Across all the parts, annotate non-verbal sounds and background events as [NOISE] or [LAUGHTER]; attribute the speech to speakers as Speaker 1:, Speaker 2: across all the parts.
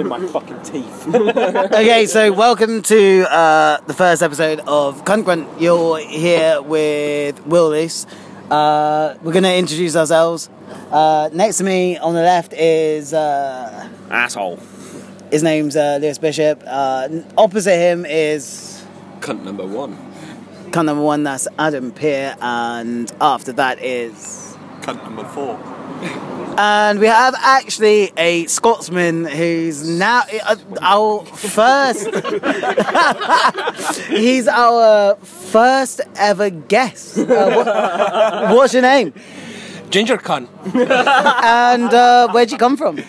Speaker 1: in my fucking
Speaker 2: [LAUGHS]
Speaker 1: teeth.
Speaker 3: Okay, so welcome to uh, the first episode of Cunt Grunt. You're here with Willis. Uh, we're going to introduce ourselves. Uh, next to me on the left is uh,
Speaker 1: Asshole.
Speaker 3: his name's uh, Lewis Bishop. Uh, opposite him is
Speaker 1: Cunt number one.
Speaker 3: cunt number one. That's Adam Peer, and after that is
Speaker 1: Cunt number four.
Speaker 3: And we have actually a Scotsman who's now uh, our first. [LAUGHS] he's our first ever guest. Uh, wha- what's your name?
Speaker 4: Ginger cunt.
Speaker 3: And uh, where'd you come from?
Speaker 2: [LAUGHS]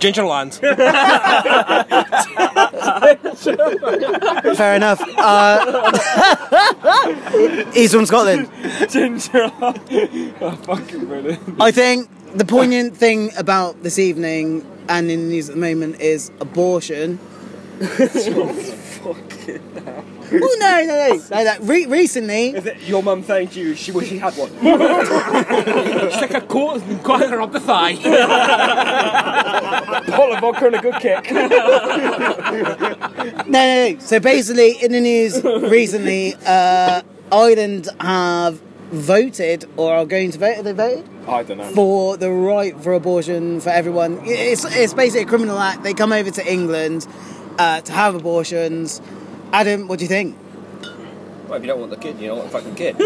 Speaker 4: Gingerland.
Speaker 3: Fair enough. Uh, [LAUGHS] he's from Scotland.
Speaker 1: Ginger. oh, fucking brilliant.
Speaker 3: I think the poignant thing about this evening and in the news at the moment is abortion. Oh no, no, no! no that re- recently,
Speaker 1: Your mum thanked you. She wished she had
Speaker 2: [LAUGHS]
Speaker 1: one.
Speaker 4: Stick a coat and got her up the thigh.
Speaker 1: Bottle of vodka and a good kick.
Speaker 3: No, no, no. So basically, in the news recently, uh, Ireland have voted or are going to vote. Have they voted
Speaker 1: I don't know.
Speaker 3: for the right for abortion for everyone? It's it's basically a criminal act. They come over to England uh, to have abortions. Adam, what do you think?
Speaker 2: Well, if you don't want the kid, you don't want the fucking kid.
Speaker 3: [LAUGHS]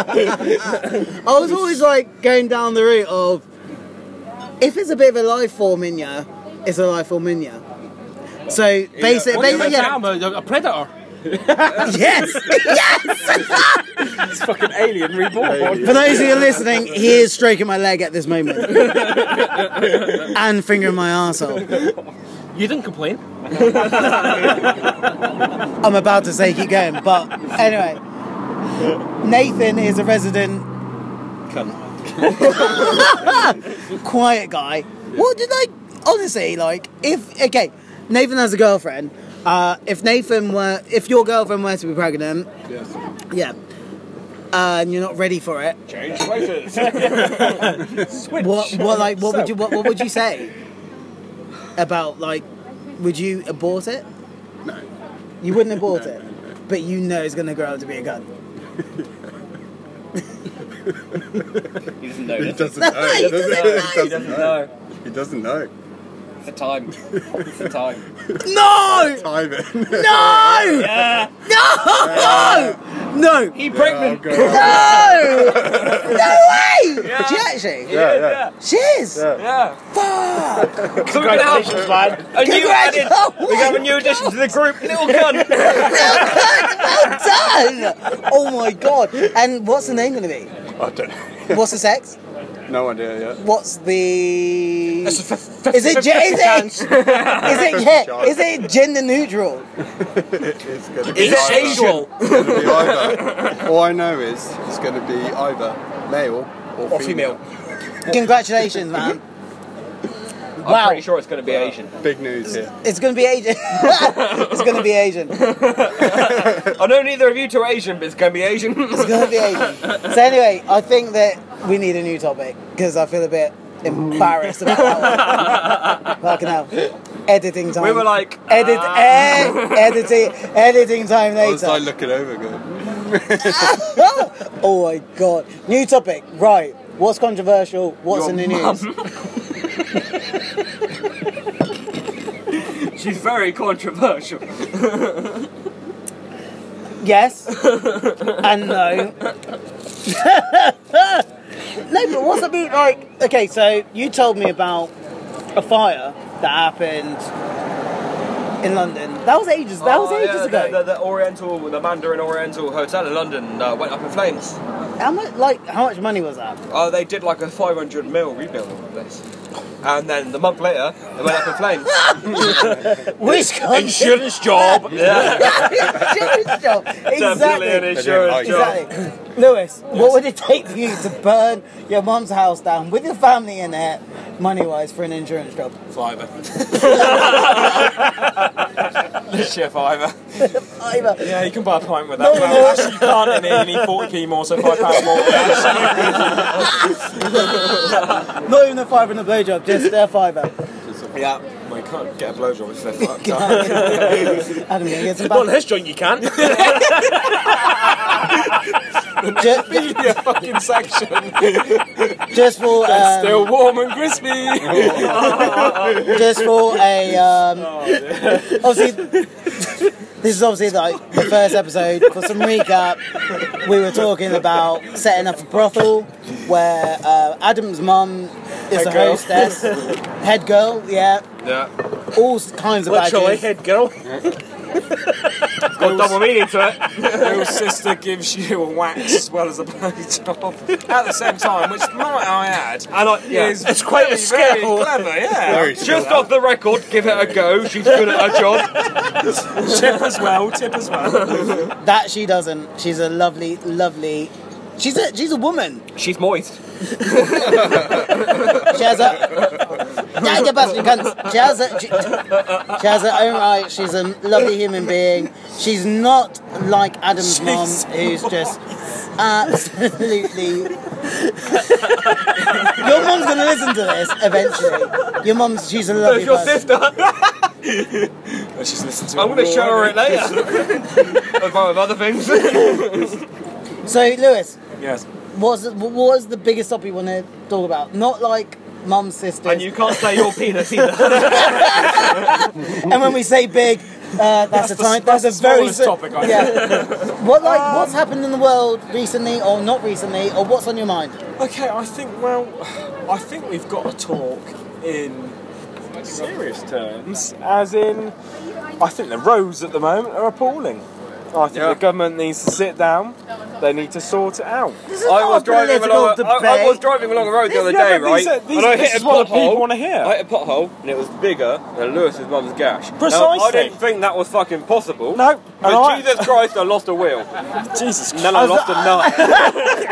Speaker 3: I was always like going down the route of if it's a bit of a life form in you, it's a life form in you. So basically,
Speaker 4: What do you
Speaker 3: basically,
Speaker 4: think
Speaker 3: yeah,
Speaker 4: I'm a, a predator.
Speaker 3: yes, yes.
Speaker 1: It's fucking alien reborn.
Speaker 3: For those who are listening, he is stroking my leg at this moment. and fingering my arsehole.
Speaker 4: You didn't complain.
Speaker 3: I'm about to say keep going, but anyway. Nathan is a resident [LAUGHS]
Speaker 2: Cunt.
Speaker 3: quiet guy. What did I honestly like if okay, Nathan has a girlfriend. Uh, if Nathan were if your girlfriend were to be pregnant, yeah. Uh, and you're not ready for it.
Speaker 1: Change places.
Speaker 3: [LAUGHS] What, what like what would you what, what
Speaker 4: [LAUGHS]
Speaker 3: would you say about like would you abort it? No. You wouldn't
Speaker 4: [LAUGHS]
Speaker 3: abort it. But you know it's gonna grow up to be a gun.
Speaker 2: He doesn't know.
Speaker 5: He
Speaker 2: does
Speaker 5: doesn't know.
Speaker 3: He
Speaker 5: He doesn't,
Speaker 3: doesn't
Speaker 5: he
Speaker 2: he? He
Speaker 5: doesn't
Speaker 2: doesn't
Speaker 5: know.
Speaker 2: know.
Speaker 5: He doesn't know.
Speaker 2: It's the time. It's the time.
Speaker 3: No!
Speaker 5: Time it.
Speaker 3: No! No! No!
Speaker 4: He
Speaker 5: Oh,
Speaker 4: pregnant.
Speaker 5: God.
Speaker 3: No! No way! Did you actually?
Speaker 5: Yeah, yeah.
Speaker 3: Cheers!
Speaker 4: Yeah.
Speaker 3: Fuck!
Speaker 1: Congratulations, man.
Speaker 4: A new
Speaker 3: Congratulations!
Speaker 4: added-
Speaker 3: Oh
Speaker 4: We
Speaker 3: my
Speaker 4: have a new addition to the group, little gun.
Speaker 3: well done! Oh my god! And what's the name gonna be?
Speaker 5: I don't know.
Speaker 3: What's the sex?
Speaker 5: No idea yet.
Speaker 3: What's the?
Speaker 4: It's a
Speaker 3: Is
Speaker 4: fif- fif-
Speaker 3: it gen- is it
Speaker 4: chance.
Speaker 3: [LAUGHS] is
Speaker 5: [LAUGHS]
Speaker 3: it yeah,
Speaker 5: chance.
Speaker 3: is it gender neutral?
Speaker 5: It's gonna be
Speaker 4: Is it
Speaker 5: either.
Speaker 4: sexual?
Speaker 5: It's gonna be either. All I know is it's gonna be either male or,
Speaker 4: Or female.
Speaker 3: Congratulations, man!
Speaker 2: I'm
Speaker 3: Wow.
Speaker 2: pretty sure it's going to be Asian.
Speaker 5: Big news here.
Speaker 3: It's gonna be Asian. [LAUGHS] it's gonna be Asian. It's
Speaker 2: I know neither of you two are Asian, but it's going to be Asian. [LAUGHS]
Speaker 3: gonna be Asian. So anyway, I think that we need a new topic because I feel a bit embarrassed about that one. Fucking hell. Editing time.
Speaker 2: we were like,
Speaker 3: Edit, eh, editing, editing time
Speaker 5: I was
Speaker 3: later.
Speaker 5: like looking over, "Hmm, going,
Speaker 3: oh my god! New topic, right? What's controversial? What's in the news?
Speaker 2: she's very controversial.
Speaker 3: Yes and no. [LAUGHS] no, but what's about like? Okay, so you told me about a fire that happened in London. That was ages. That was
Speaker 2: Oh,
Speaker 3: ages
Speaker 2: yeah,
Speaker 3: ago.
Speaker 2: The, the, the Oriental, the Mandarin Oriental Hotel in London uh, went up in flames.
Speaker 3: How much? Like, how much money was that?
Speaker 2: Oh, they did like a 500 mil rebuild of this. And then the month later, it went up in flames.
Speaker 3: Which country?
Speaker 2: Insurance job. Yeah.
Speaker 3: [LAUGHS] Insurance job.
Speaker 2: Definitely an
Speaker 3: Exactly.
Speaker 2: insurance
Speaker 5: like it.
Speaker 2: job.
Speaker 3: Exactly. Lewis, what would it take for you to burn your mum's house down with your family in it, money wise, for an insurance job?
Speaker 4: [LAUGHS] Fiver.
Speaker 2: Shit, either.
Speaker 3: Either.
Speaker 4: Yeah, you can buy a pint with that. Well, actually, you can't in it. You need 40 p more, so £5 pound more.
Speaker 3: Not even a fiver and a blowjob, just a fiver.
Speaker 5: just a
Speaker 2: Yeah.
Speaker 4: Well, you can't get a blowjob if they're fucked [LAUGHS] up.
Speaker 3: Adam, you get some
Speaker 1: Not on
Speaker 3: back.
Speaker 1: this joint, you can.
Speaker 3: Ju-
Speaker 4: Leave me a fucking section.
Speaker 3: Just for um,
Speaker 4: Still warm and crispy.
Speaker 3: just for a um,
Speaker 4: Oh,
Speaker 3: obviously this is obviously like the first episode for some recap we were talking about setting up a brothel where uh, adam's mum is the
Speaker 4: girl.
Speaker 3: hostess head girl yeah
Speaker 2: Yeah.
Speaker 3: all kinds of
Speaker 1: Literally,
Speaker 3: badges
Speaker 1: head girl. got double meaning to it.
Speaker 4: Your sister gives you a wax as well as a blowjob at the same time, which might I add
Speaker 1: And I, yeah,
Speaker 4: is
Speaker 1: it's quite
Speaker 4: very,
Speaker 1: a skill.
Speaker 4: Very clever, yeah.
Speaker 5: Very
Speaker 2: Just off the record, give it a go. She's good at her job.
Speaker 4: Tip as well. Tip as well.
Speaker 3: that she doesn't she's a lovely lovely she's a she's a woman
Speaker 2: She's moist.
Speaker 3: She has a. Yeah, yeah, but you can't- She has a. She, she has her own right. She's a lovely human being. She's not like Adam's mom, who's just absolutely. your mom's gonna listen to this eventually. Your mom's. She's a lovely
Speaker 2: There's your
Speaker 3: person.
Speaker 2: sister.
Speaker 4: She's listened to
Speaker 2: I'm
Speaker 4: it
Speaker 2: going to
Speaker 4: all
Speaker 2: show her it
Speaker 4: already.
Speaker 2: later. Among other things.
Speaker 3: So, Lewis,
Speaker 4: Yes.
Speaker 3: what's the, what's the biggest topic you want to talk about? Not like mum's sister.
Speaker 2: And you can't say your penis either.
Speaker 3: [LAUGHS] And when we say big, uh, that's, a time. That's, a very
Speaker 4: smallest
Speaker 3: si-
Speaker 4: topic, I
Speaker 3: yeah.
Speaker 2: [LAUGHS]
Speaker 3: What like what's happened in the world recently, or not recently, or what's on your mind?
Speaker 4: Okay, I think, well, I think we've got to talk in serious terms, as in, I think the roads at the moment are appalling. I think the government needs to sit down, they need to sort it out.
Speaker 3: This
Speaker 2: I was driving along. A, I, I was driving along a road the other
Speaker 4: Yeah,
Speaker 2: day,
Speaker 4: but
Speaker 2: right?
Speaker 4: these are- these-
Speaker 2: and I
Speaker 4: this
Speaker 2: hit
Speaker 4: is
Speaker 2: a
Speaker 4: what the people
Speaker 2: pothole.
Speaker 4: wanna hear.
Speaker 2: I hit a pothole, and it was bigger than Lewis's mum's gash. Now, I
Speaker 4: Precisely.
Speaker 2: didn't think that was fucking possible.
Speaker 4: No, and
Speaker 2: But
Speaker 4: I-
Speaker 2: Jesus Christ, I lost a
Speaker 4: [LAUGHS]
Speaker 2: wheel.
Speaker 4: Jesus
Speaker 2: And then I
Speaker 4: Christ.
Speaker 2: lost a nut.
Speaker 3: I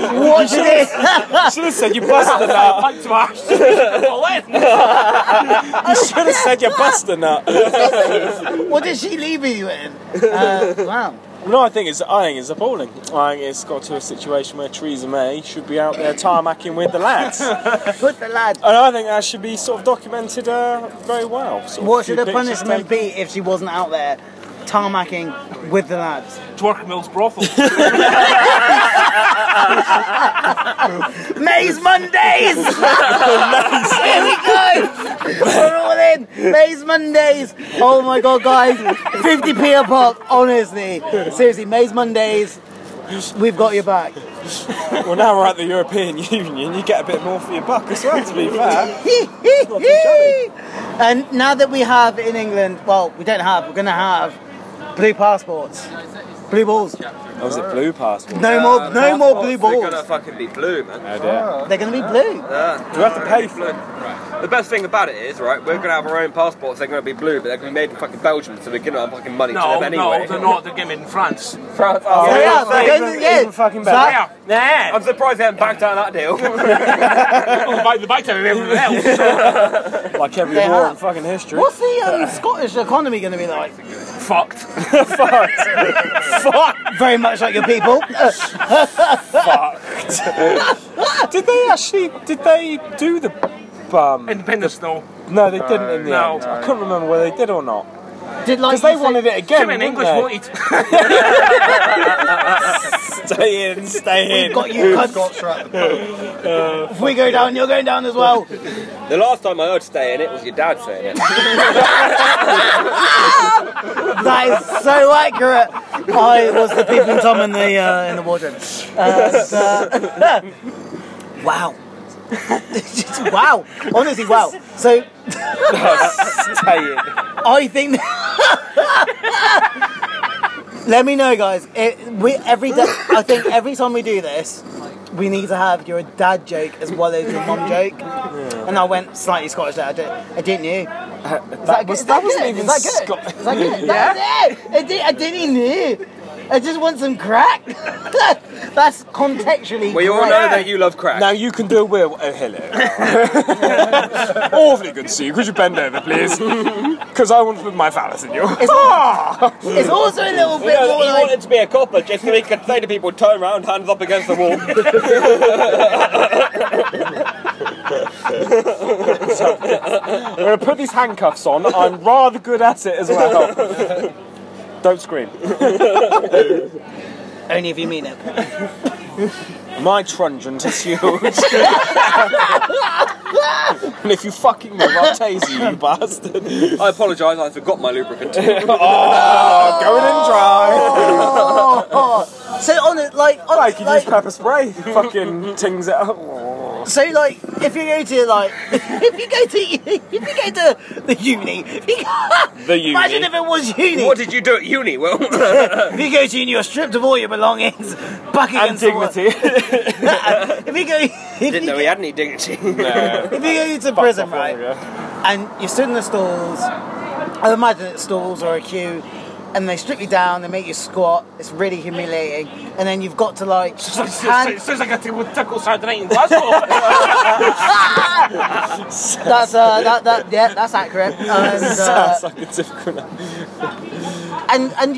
Speaker 3: was actually going to say like,
Speaker 2: [LAUGHS]
Speaker 3: watch this.
Speaker 4: should have said you busted a nut. [LAUGHS]
Speaker 2: [LAUGHS]
Speaker 4: you should have said you busted a nut.
Speaker 3: [LAUGHS] what did she leave you with? Uh, wow.
Speaker 4: No, I think it's I think it's appalling. I think it's got to a situation where Theresa May should be out there tarmacking with the
Speaker 3: [LAUGHS]
Speaker 4: lads.
Speaker 3: Put the lad.
Speaker 4: And I think that should be sort of documented uh, very well. Sort of
Speaker 3: What
Speaker 4: few
Speaker 3: should the
Speaker 4: pictures
Speaker 3: punishment
Speaker 4: taken.
Speaker 3: be if she wasn't out there tarmacking with the lads?
Speaker 1: Twerk Mills brothel.
Speaker 3: [LAUGHS] Maze Mondays! Here we go! We're all in! Maze Mondays! Oh my god, guys! 50p a pop, honestly. Seriously, Maze Mondays, we've got your back.
Speaker 4: Well, now we're at the European [LAUGHS] Union, you get a bit more for your buck as well, to
Speaker 3: [LAUGHS]
Speaker 4: be fair.
Speaker 3: and now that we have in England, well, we don't have, we're gonna have blue passports. Blue balls.
Speaker 4: That was a blue passport.
Speaker 3: No more, no more blue
Speaker 2: They're gonna
Speaker 3: balls.
Speaker 2: fucking be blue, man.
Speaker 4: Oh dear.
Speaker 3: They're gonna be blue.
Speaker 2: Yeah.
Speaker 4: Do we have to pay for it?
Speaker 2: The best thing about it is, right, we're gonna have our own passports. They're gonna be blue, but they're gonna be made in fucking Belgium, so we're gonna have fucking money to
Speaker 1: No,
Speaker 2: them
Speaker 1: no,
Speaker 2: anyway. [LAUGHS]
Speaker 1: they're not. They're getting in France.
Speaker 2: France,
Speaker 3: They
Speaker 2: oh,
Speaker 3: are, they're
Speaker 4: even-
Speaker 3: going to- yeah.
Speaker 4: even fucking
Speaker 3: So-
Speaker 4: better.
Speaker 1: Nah.
Speaker 2: I'm surprised they haven't backed out of that deal. [LAUGHS]
Speaker 1: Oh, by the back to everyone else.
Speaker 4: Like every
Speaker 3: They
Speaker 4: war
Speaker 3: have.
Speaker 4: in fucking history.
Speaker 3: What's the um, Scottish economy going to be like?
Speaker 1: Fucked.
Speaker 3: Fuck! [LAUGHS] Very much like
Speaker 4: [LAUGHS]
Speaker 3: your people.
Speaker 4: Uh, Did they actually, did they do the bum?
Speaker 1: Independence no.
Speaker 4: No, they didn't in the
Speaker 1: No.
Speaker 4: end. I couldn't remember whether they did or not.
Speaker 3: Did like
Speaker 4: Because they
Speaker 3: you say-
Speaker 4: wanted it again,
Speaker 1: Too many
Speaker 4: didn't
Speaker 1: English
Speaker 4: they?
Speaker 1: voted.
Speaker 4: [LAUGHS] Stay in, stay in.
Speaker 3: Got you. cunts.
Speaker 5: Scots are at the pub.
Speaker 3: If we go down, you're going down as well.
Speaker 2: the last time I heard stay in it was your dad saying it.
Speaker 3: That is so accurate. I was the peeping tom in the uh, in the wardrobe. Uh, so- wow. [LAUGHS] wow. Honestly, wow. So
Speaker 2: stay in.
Speaker 3: I think. Let me know, guys. It, we every day. I think every time we do this, we need to have your dad joke as well as your mom joke. And I went slightly Scottish there. I, did, I didn't you. Is
Speaker 4: That
Speaker 3: good?
Speaker 4: was-
Speaker 3: Is
Speaker 4: that wasn't
Speaker 3: good?
Speaker 4: even
Speaker 3: Is that good?
Speaker 4: Scot-
Speaker 3: Is [LAUGHS] that good? That's it. I, did, I didn't you. I just want some crack. [LAUGHS] That's contextually.
Speaker 2: We all know
Speaker 3: correct.
Speaker 2: that you love crack.
Speaker 4: Now you can do a wheel. Oh, [LAUGHS] hello. Awfully good to see you. Could you bend over, [LAUGHS] please? Because I want to put my phallus in you. Ah!
Speaker 3: [LAUGHS] It's also a little
Speaker 2: You
Speaker 3: bit
Speaker 2: know,
Speaker 3: more
Speaker 2: he
Speaker 3: like.
Speaker 2: wanted to be a copper just so he could say to people, turn round, hands up against the wall.
Speaker 4: I'm going to put these handcuffs on. I'm rather good at it as well. [LAUGHS] Don't scream.
Speaker 3: Only if you mean it.
Speaker 4: My truncheon is huge. [LAUGHS] and if you fucking move, I'll taser you, bastard.
Speaker 2: [LAUGHS] I apologise, I forgot my lubricant. [LAUGHS]
Speaker 4: Going in dry.
Speaker 3: So on it, like, on,
Speaker 4: I can use
Speaker 3: like
Speaker 4: pepper spray. Fucking tings it up.
Speaker 3: so like, if you go to like, [LAUGHS] if you go to, [LAUGHS] if you go to the uni, [LAUGHS] if you go,
Speaker 4: The uni.
Speaker 3: Imagine if it was uni.
Speaker 2: what did you do at uni? Well,
Speaker 3: If you go to uni, you're stripped of all your belongings, [LAUGHS] buck
Speaker 4: And
Speaker 3: against the wall.
Speaker 4: dignity. [LAUGHS]
Speaker 3: [LAUGHS] If you go, if you,
Speaker 2: didn't know
Speaker 3: go-
Speaker 2: he had any dignity.
Speaker 3: if you go to prison, right? and you stood in the stalls. I imagine it's stalls or a queue, and they strip you down, they make you squat. It's really humiliating, and then you've got to like hand,
Speaker 4: like I would tackle Saturday in Glasgow.
Speaker 6: [LAUGHS]
Speaker 3: [LAUGHS] that's uh, that, that yeah, that's accurate. And, uh,
Speaker 4: Sounds like a difficult name.
Speaker 3: and and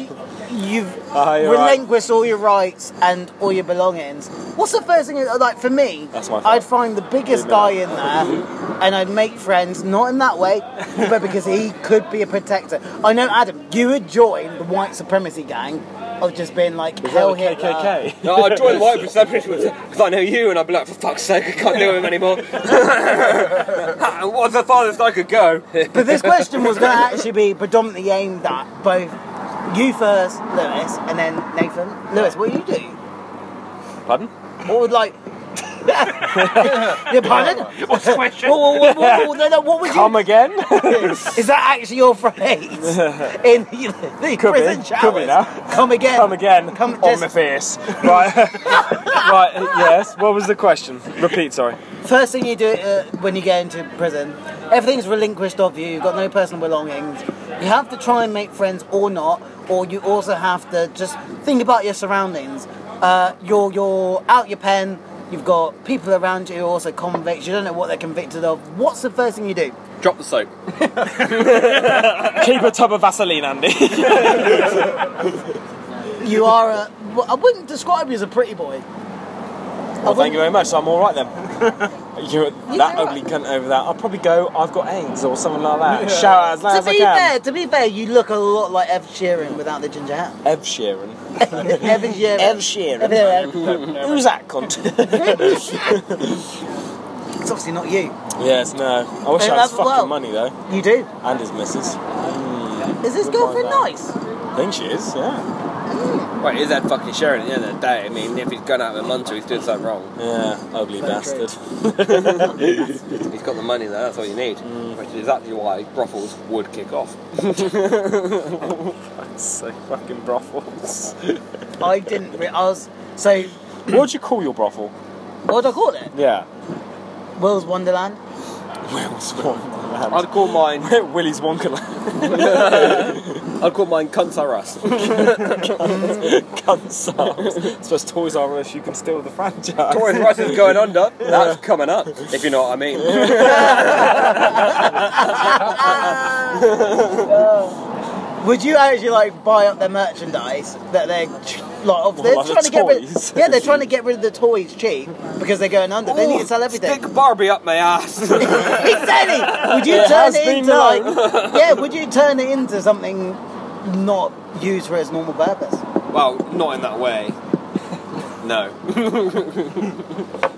Speaker 3: you've
Speaker 4: Ah, you're right.
Speaker 3: relinquished all your rights and all your belongings. What's the first thing? Like for me,
Speaker 4: That's my fault.
Speaker 3: I'd find the biggest guy in there, and I'd make friends. Not in that way, but because he could be a protector. I know, Adam, you would join the white supremacy gang of just being like hell
Speaker 4: Like
Speaker 3: Hitler.
Speaker 4: KKK.
Speaker 2: [LAUGHS] no, I joined White Perception because I know you, and I'd be like, for fuck's sake, I can't do him anymore. [LAUGHS] What's the farthest I could [LAUGHS] go?
Speaker 3: But this question was going to actually be predominantly aimed at both you first, Lewis, and then Nathan. Lewis, what do you do?
Speaker 4: Pardon?
Speaker 3: What would like? yeah,
Speaker 4: [LAUGHS]
Speaker 3: pardon? What's the question? What, what, what, what, no, no, what would you?
Speaker 4: Come again?
Speaker 3: Is that actually your phrase
Speaker 4: [LAUGHS]
Speaker 3: in the, the
Speaker 4: Could be,
Speaker 3: prison
Speaker 4: could be
Speaker 3: showers?
Speaker 4: now.
Speaker 3: Come again.
Speaker 4: Come again.
Speaker 3: Come
Speaker 4: on
Speaker 3: just-
Speaker 4: my face. Right. [LAUGHS] right. Yes. What was the question? Repeat. Sorry.
Speaker 3: First thing you do uh, when you get into prison, everything's relinquished of you. You've got no personal belongings. You have to try and make friends or not, or you also have to just think about your surroundings. Uh, you're you're out your pen. You've got people around you who are also convicts. You don't know what they're convicted of. What's the first thing you do?
Speaker 2: Drop the soap.
Speaker 4: Keep a tub of Vaseline, Andy.
Speaker 3: You are a. well, I wouldn't describe you as a pretty boy.
Speaker 4: Well, thank you very much. I'm all right then. You're that
Speaker 3: all
Speaker 4: ugly cunt over that. I'll probably go. I've got AIDS or something like that. Shout out as loud
Speaker 3: To
Speaker 4: as I
Speaker 3: be
Speaker 4: can.
Speaker 3: fair, to be fair, you look a lot like Ev Sheeran without the
Speaker 4: [LAUGHS]
Speaker 3: ginger hat.
Speaker 4: Ev Sheeran.
Speaker 3: Ev Sheeran.
Speaker 4: Ev Sheeran.
Speaker 3: Ev Sheeran.
Speaker 4: Who's that cunt?
Speaker 3: It's obviously not you.
Speaker 4: yes. No. I wish
Speaker 3: They
Speaker 4: I had
Speaker 3: love
Speaker 4: fucking
Speaker 3: well.
Speaker 4: money though,
Speaker 3: You do.
Speaker 4: and his missus.
Speaker 3: Is this
Speaker 4: Wouldn't
Speaker 3: girlfriend
Speaker 4: mind
Speaker 3: nice?
Speaker 4: I think she is. Yeah.
Speaker 2: Wait, is that fucking Sharon at the end of the day? I mean, if he's gone out with a munter, he's doing something wrong.
Speaker 4: Yeah. Ugly
Speaker 3: Very
Speaker 4: bastard.
Speaker 2: He's got the money there, that's all you need. Which is exactly why brothels would kick off.
Speaker 4: So fucking brothels.
Speaker 3: I didn't. Re- I was so.
Speaker 4: what would you call your brothel?
Speaker 3: What would I call it?
Speaker 4: Yeah.
Speaker 3: Will's Wonderland.
Speaker 4: Will's Wonderland.
Speaker 2: I'd call mine.
Speaker 4: Willy's [LAUGHS] Wonkaland.
Speaker 2: I'd call mine cunts are us.
Speaker 4: Guns It's just Toys R Us. You can steal the franchise.
Speaker 2: Toys Rice is going under. That's coming up, if you know what I mean.
Speaker 3: Would you actually like buy up their merchandise that they're tr- like? Of, they're
Speaker 4: like the
Speaker 3: trying to get
Speaker 4: toys?
Speaker 3: rid. Yeah, they're trying to get rid of the toys cheap because they're going under. they need to sell everything.
Speaker 2: Stick Barbie up my ass. [LAUGHS]
Speaker 3: exactly. Would you
Speaker 4: It
Speaker 3: turn
Speaker 4: has
Speaker 3: it
Speaker 4: been
Speaker 3: into
Speaker 4: [LAUGHS]
Speaker 3: like? Yeah. Would you turn it into something not used for its normal purpose?
Speaker 2: well, not in that way. No.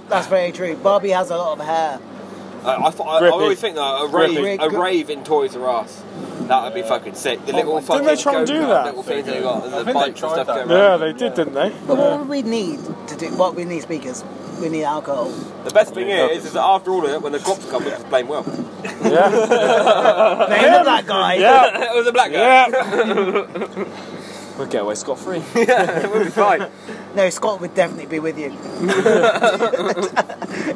Speaker 3: That's very true. Barbie has a lot of hair.
Speaker 2: I, I, thought- I, I
Speaker 4: Grippy.
Speaker 2: always think that a rave,
Speaker 3: Grippy.
Speaker 2: a rave in Toys R Us. That would be fucking sick. The little
Speaker 4: God.
Speaker 2: fucking
Speaker 4: Didn't Oh, they try and do
Speaker 2: go-kart,
Speaker 4: that?
Speaker 2: little things they got, and the
Speaker 5: they
Speaker 2: bikes and
Speaker 5: tried
Speaker 2: stuff
Speaker 5: that.
Speaker 2: going
Speaker 4: Yeah,
Speaker 2: around.
Speaker 4: they did, didn't they?
Speaker 3: But what would we need to do? What we need speakers. We need alcohol.
Speaker 2: The best thing is, is that after all of it, when the cops come, we just blame well.
Speaker 4: Yeah.
Speaker 3: Name of that guy.
Speaker 4: yeah.
Speaker 2: [LAUGHS] it was a black guy.
Speaker 4: Yeah. we'll get away scot free.
Speaker 2: We'll be fine.
Speaker 3: No, Scott would definitely be with you. [LAUGHS]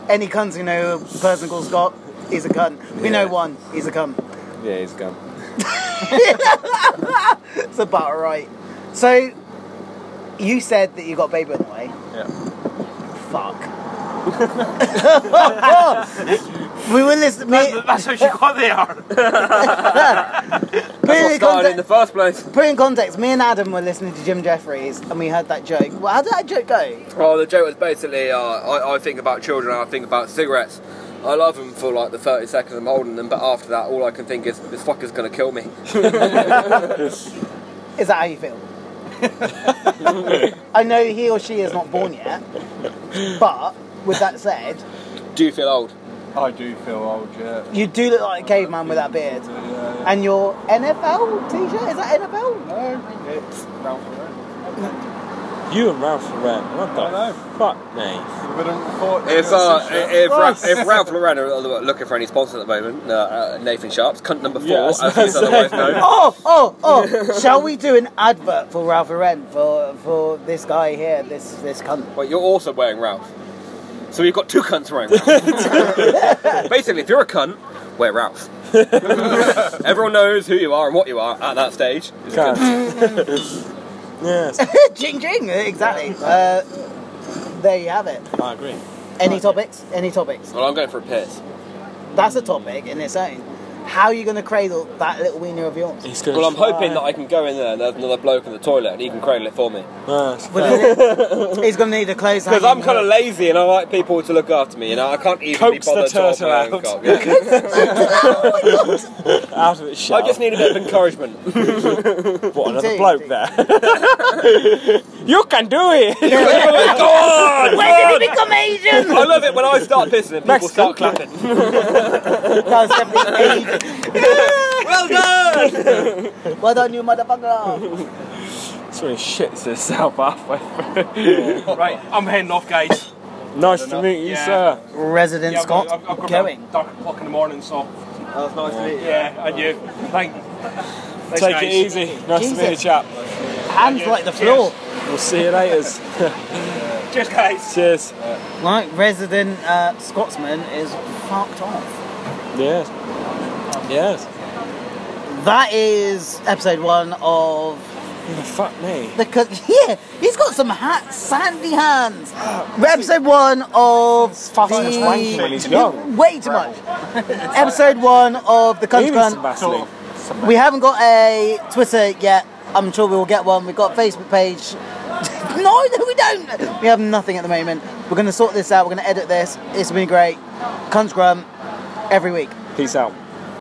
Speaker 3: Any cunts who know a person called Scott, he's a cunt. We know one, he's a cunt.
Speaker 4: Yeah, he's gone.
Speaker 3: [LAUGHS] It's about right. So, you said that you got a baby on the way.
Speaker 5: Yeah.
Speaker 3: Fuck. [LAUGHS] we were listening.
Speaker 1: That's how she got there.
Speaker 3: Put it
Speaker 2: What
Speaker 3: in
Speaker 2: started in the
Speaker 3: context,
Speaker 2: first place?
Speaker 3: put it in context, me and Adam were listening to Jim Jeffries and we heard that joke. Well, how did that joke go?
Speaker 2: Oh, Well, the joke was basically uh, I, I think about children, I think about cigarettes. I love them for like the 30 seconds I'm holding them, but after that, all I can think is this fucker's gonna kill me.
Speaker 3: Is that how you feel? [LAUGHS] I know he or she is not born yet, but with that said,
Speaker 2: Do you feel old?
Speaker 5: I do feel old, yeah.
Speaker 3: you do look like a caveman with that beard. And your NFL t shirt? Is that NFL?
Speaker 5: [LAUGHS] No, it's Ralph Lauren.
Speaker 4: You and Ralph Lauren, what the
Speaker 5: I know.
Speaker 4: fuck, mate?
Speaker 5: You wouldn't have thought it
Speaker 2: If,
Speaker 5: was
Speaker 2: uh,
Speaker 5: [LAUGHS] a shirt.
Speaker 2: if, Ra-
Speaker 4: Christ.
Speaker 2: if Ralph Lauren are looking for any sponsor at the moment, uh, uh, Nathan Sharp's cunt number four,
Speaker 4: Yeah, I was
Speaker 2: as
Speaker 4: about
Speaker 2: he's
Speaker 4: to
Speaker 2: otherwise
Speaker 4: say.
Speaker 2: known.
Speaker 3: Oh, oh, oh! Shall we do an advert for Ralph Lauren for for this guy here, this this cunt? [LAUGHS]
Speaker 2: Wait, you're also wearing Ralph. So we've got two cunts wearing Ralph. Basically, if you're a cunt, wear Ralph. Everyone knows who you are and what you are at that stage.
Speaker 4: yes,
Speaker 3: jing jing, exactly. Uh, there you have it.
Speaker 4: I agree.
Speaker 3: Any topics? Any topics?
Speaker 2: Well, I'm going for a piss.
Speaker 3: That's a topic in its own. How are you going to cradle that little wiener of yours?
Speaker 4: He's
Speaker 2: Well, I'm hoping that I can go in there and there's another bloke in the toilet and he can cradle it for me.
Speaker 3: [LAUGHS] He's going to need a clothes
Speaker 2: Because I'm kind of lazy and I like people to look after me, and I can't easily
Speaker 4: Coax the
Speaker 2: bother to hold my own
Speaker 4: turtle out.
Speaker 2: cock. yeah.
Speaker 4: out of its shell.
Speaker 2: I just need a bit of encouragement.
Speaker 4: what another
Speaker 3: Indeed.
Speaker 4: bloke there. [LAUGHS] you can do it.
Speaker 2: Go on!
Speaker 3: When did he become [LAUGHS] Asian?
Speaker 2: I love it when I start pissing and people
Speaker 4: Mexican.
Speaker 2: start clapping.
Speaker 3: That was definitely Asian.
Speaker 2: Well done!
Speaker 3: Well done, you motherfucker.
Speaker 4: It's really shits itself halfway through.
Speaker 6: Right, I'm heading off, guys.
Speaker 4: Nice to meet you,
Speaker 6: Yeah.
Speaker 4: sir.
Speaker 3: Resident
Speaker 6: Yeah, I've got-
Speaker 3: Scott,
Speaker 6: I've- I've got
Speaker 3: going.
Speaker 6: about Dark o'clock in the morning, so
Speaker 5: That was nice to meet you.
Speaker 6: yeah, and you. Thank. Thanks,
Speaker 4: Take
Speaker 6: guys.
Speaker 4: it easy. Nice to meet you,
Speaker 3: Jesus.
Speaker 4: chap.
Speaker 3: Hands like the floor.
Speaker 4: We'll see you later.
Speaker 6: Cheers, guys.
Speaker 4: Cheers.
Speaker 3: Like resident uh, Scotsman is fucked off.
Speaker 4: Yes. Yes.
Speaker 3: That is episode one of
Speaker 4: Fuck me.
Speaker 3: The cook, [LAUGHS] yeah, he's got some hat,
Speaker 6: [GASPS]
Speaker 3: sandy hands. Episode one of
Speaker 4: much wanking when he's young.
Speaker 3: Way too much. Episode one of the
Speaker 4: He needs some
Speaker 3: Cunt
Speaker 4: Vaseline.
Speaker 3: Cunt. We haven't got a Twitter yet. I'm sure we will get one. We've got a Facebook page. [LAUGHS] no, no, we don't. We have nothing at the moment. We're going to sort this out. We're going to edit this. It's been great. Cunt Grump every week.
Speaker 4: Peace out.